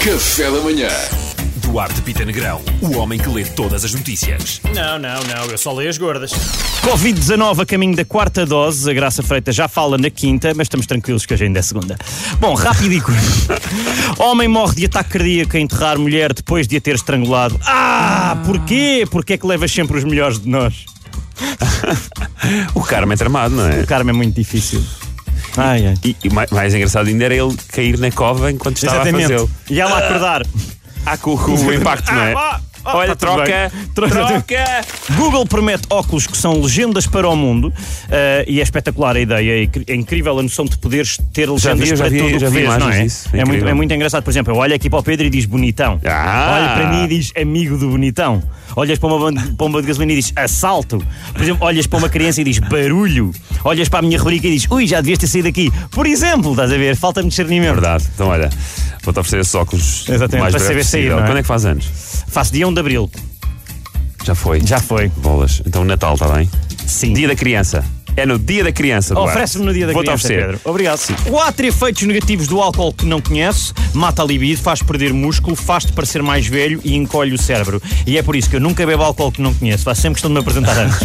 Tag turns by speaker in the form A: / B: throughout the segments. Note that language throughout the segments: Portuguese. A: Café da Manhã.
B: Duarte Pita Negrão, o homem que lê todas as notícias.
C: Não, não, não, eu só leio as gordas.
D: Covid-19 a caminho da quarta dose, a Graça Freitas já fala na quinta, mas estamos tranquilos que hoje ainda é segunda. Bom, rápido e curto. Homem morre de ataque cardíaco a enterrar mulher depois de a ter estrangulado. Ah, porquê? Porquê é que levas sempre os melhores de nós?
B: O Carmo é tramado, não é?
D: O Carmo é muito difícil. Ai, ai.
B: E, e mais, mais engraçado ainda era ele cair na cova enquanto estava a fazê-lo.
D: E ela a acordar.
B: Ah, com, com o impacto, não é?
D: Ah, ah, ah,
B: Olha,
D: tá tudo
B: troca,
D: bem.
B: troca!
D: Google promete óculos que são legendas para o mundo eh, e é espetacular a ideia, é incri- é incrível a noção de poderes ter legendas
B: vi, já
D: para
B: vi,
D: tudo o
B: já
D: que
B: vi
D: vês, não
B: imagens
D: é?
B: disso, é
D: é, muito,
B: incrível.
D: é muito engraçado, por exemplo, eu olho aqui para o Pedro e diz bonitão.
B: Ah.
D: Olha para mim e diz amigo do bonitão. Olhas para uma ban- bomba de gasolina e diz assalto. Por exemplo, olhas para uma criança e diz barulho. Olhas para a minha rubrica e diz ui, já devias ter saído aqui. Por exemplo, estás a ver? Falta-me discernimento.
B: Verdade, então olha, vou-te oferecer esses óculos
D: Exatamente,
B: o mais
D: para
B: breve
D: saber sair,
B: possível.
D: não é?
B: Quando é que faz anos?
D: Faço dia 1 de abril.
B: Já foi.
D: Já foi.
B: Bolas. Então Natal, está bem?
D: Sim.
B: Dia da criança. É no dia da criança, Duarte.
D: Oferece-me no dia da
B: Vou-te
D: criança,
B: oferecer.
D: Pedro. Obrigado. Quatro efeitos negativos do álcool que não conhece. Mata a libido, faz perder músculo, faz-te parecer mais velho e encolhe o cérebro. E é por isso que eu nunca bebo álcool que não conheço. Faz sempre questão de me apresentar antes.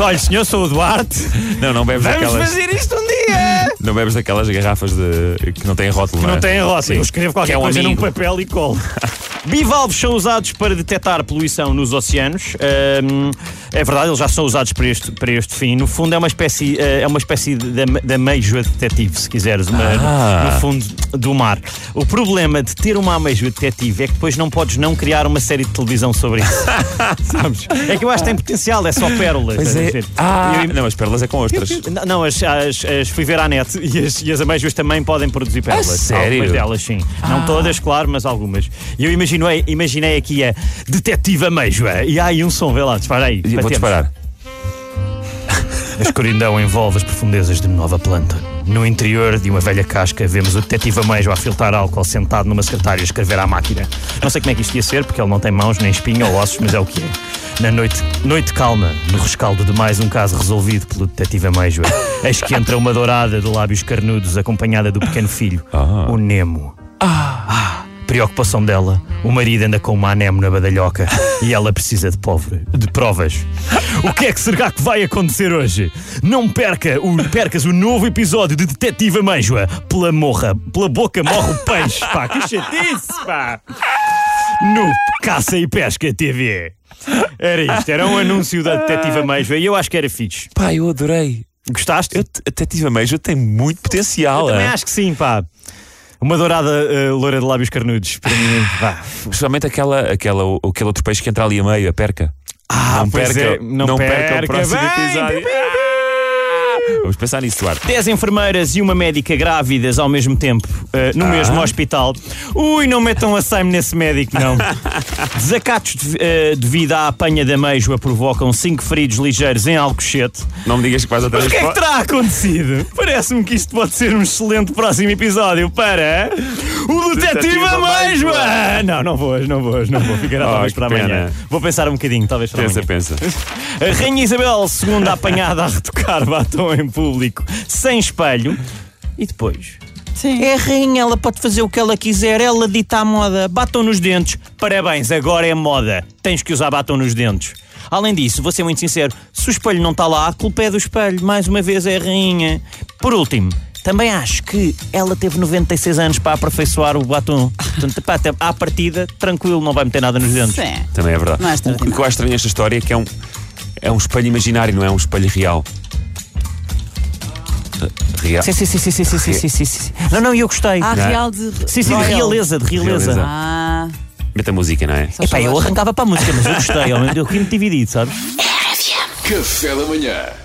D: Olha, senhor, sou o Duarte.
B: Não, não bebes
D: Vamos
B: daquelas.
D: fazer isto um dia!
B: Não bebes daquelas garrafas de... que não têm rótulo,
D: Não tem rótulo.
B: Sim.
D: Eu escrevo qualquer
B: Que é um
D: coisa num
B: amigo.
D: papel e colo. Bivalves são usados para detectar poluição nos oceanos. Ahm, é verdade, eles já são usados para este, para este fim. No fundo, é uma espécie, eh, é uma espécie de, da- da ameijoa detetive, se quiseres, uma-
B: Ah.
D: no fundo do mar. O problema de ter uma ameijoa detetive é que depois não podes não criar uma série de televisão sobre isso. Sabes? É que eu acho que tem potencial, é só pérolas.
B: Pois
D: estás a
B: é.
D: ver?
B: Ah,
D: Eu-
B: não, as pérolas é com ostras.
D: N- Não, as, as- as fui ver à net e as, e as amêijoas também podem produzir pérolas.
B: sério? Ah.
D: Algumas delas, sim. Não todas, claro, mas algumas. E eu imaginei, imaginei aqui a detetive amêijoa. E há aí um som, vê lá, dispara aí.
B: E Vou
D: Batemos.
B: disparar.
D: A escuridão envolve as profundezas de uma nova planta. No interior de uma velha casca, vemos o detetive amêijoa a filtrar álcool sentado numa secretária a escrever à máquina. Não sei como é que isto ia ser, porque ele não tem mãos, nem espinha ou ossos, mas é o que é. Na noite, noite calma, no rescaldo de mais um caso resolvido pelo detetive amêijoa, eis que entra uma dourada de lábios carnudos, acompanhada do pequeno filho, o Nemo. Preocupação dela, o marido anda com uma anémona badalhoca e ela precisa de, pobre, de provas. O que é que será que vai acontecer hoje? Não perca o, percas o novo episódio de Detetive Amêijoa. Pela morra, pela boca morre o peixe, pá, que chatice, pá. No Caça e Pesca TV. Era isto, era um anúncio da Detetive Amêijoa e eu acho que era fixe.
B: Pá, eu adorei.
D: Gostaste?
B: Eu, te- a Detetive Ameijo tem muito
D: Eu
B: potencial. é.
D: também
B: hein?
D: acho que sim, pá. Uma dourada eh, loira de lábios carnudos, para mim, vá.
B: Especialmente aquela, aquela, o- aquele outro peixe que entra ali a meio, a perca.
D: Ah,
B: não
D: pois
B: perca,
D: é, não
B: o
D: perca,
B: próximo
D: bem,
B: episódio.
D: bem,
B: Ah! Vamos pensar nisso, Duarte.
D: 10 enfermeiras e uma médica grávidas ao mesmo tempo, eh,
B: Ah.
D: no mesmo hospital. Ui, não metam a Saime nesse médico, não. Desacatos de- eh, devido à apanha da meijoa provocam cinco feridos ligeiros em Alcochete.
B: Não me digas que vais outra
D: Mas o
B: vez.
D: que é que
B: para-
D: terá acontecido? Parece-me que isto pode ser um excelente próximo episódio para o Detetive
B: Detetive
D: Amêijoa! Não, não vou hoje, não vou hoje, não vou. Ficará
B: Oh,
D: talvez
B: que
D: para amanhã.
B: pena.
D: Vou pensar um bocadinho, talvez para
B: Pensa,
D: amanhã.
B: pensa.
D: A Rainha Isabel II apanhada a retocar batom em público sem espelho e depois. É a rainha, ela pode fazer o que ela quiser, ela dita a moda. Batom nos dentes, parabéns, agora é moda. Tens que usar batom nos dentes. Além disso, vou ser muito sincero: se o espelho não está lá, a culpa é do espelho. Mais uma vez é a rainha. Por último, também acho que ela teve 96 anos para aperfeiçoar o batom. Portanto, pá, até à partida, tranquilo, não vai meter nada nos dentes.
E: Sim.
B: Também é verdade.
E: Não é
B: O- o que eu acho estranho nesta história é que é um, é um espelho imaginário, não é um espelho real. Real.
D: Sim, sim, sim, sim, sim, sim, sim, sim, sim, sim. Não, não, eu gostei.
E: Ah,
B: Não.
E: real de.
D: Sim, sim, de
E: Royal.
D: realeza, de realeza.
B: Realeza.
E: Ah.
B: Mete a música, não é?
D: Epá, eu arrancava para a música, mas eu gostei, homem, eu queria me dividido, sabes?
A: Café da Manhã.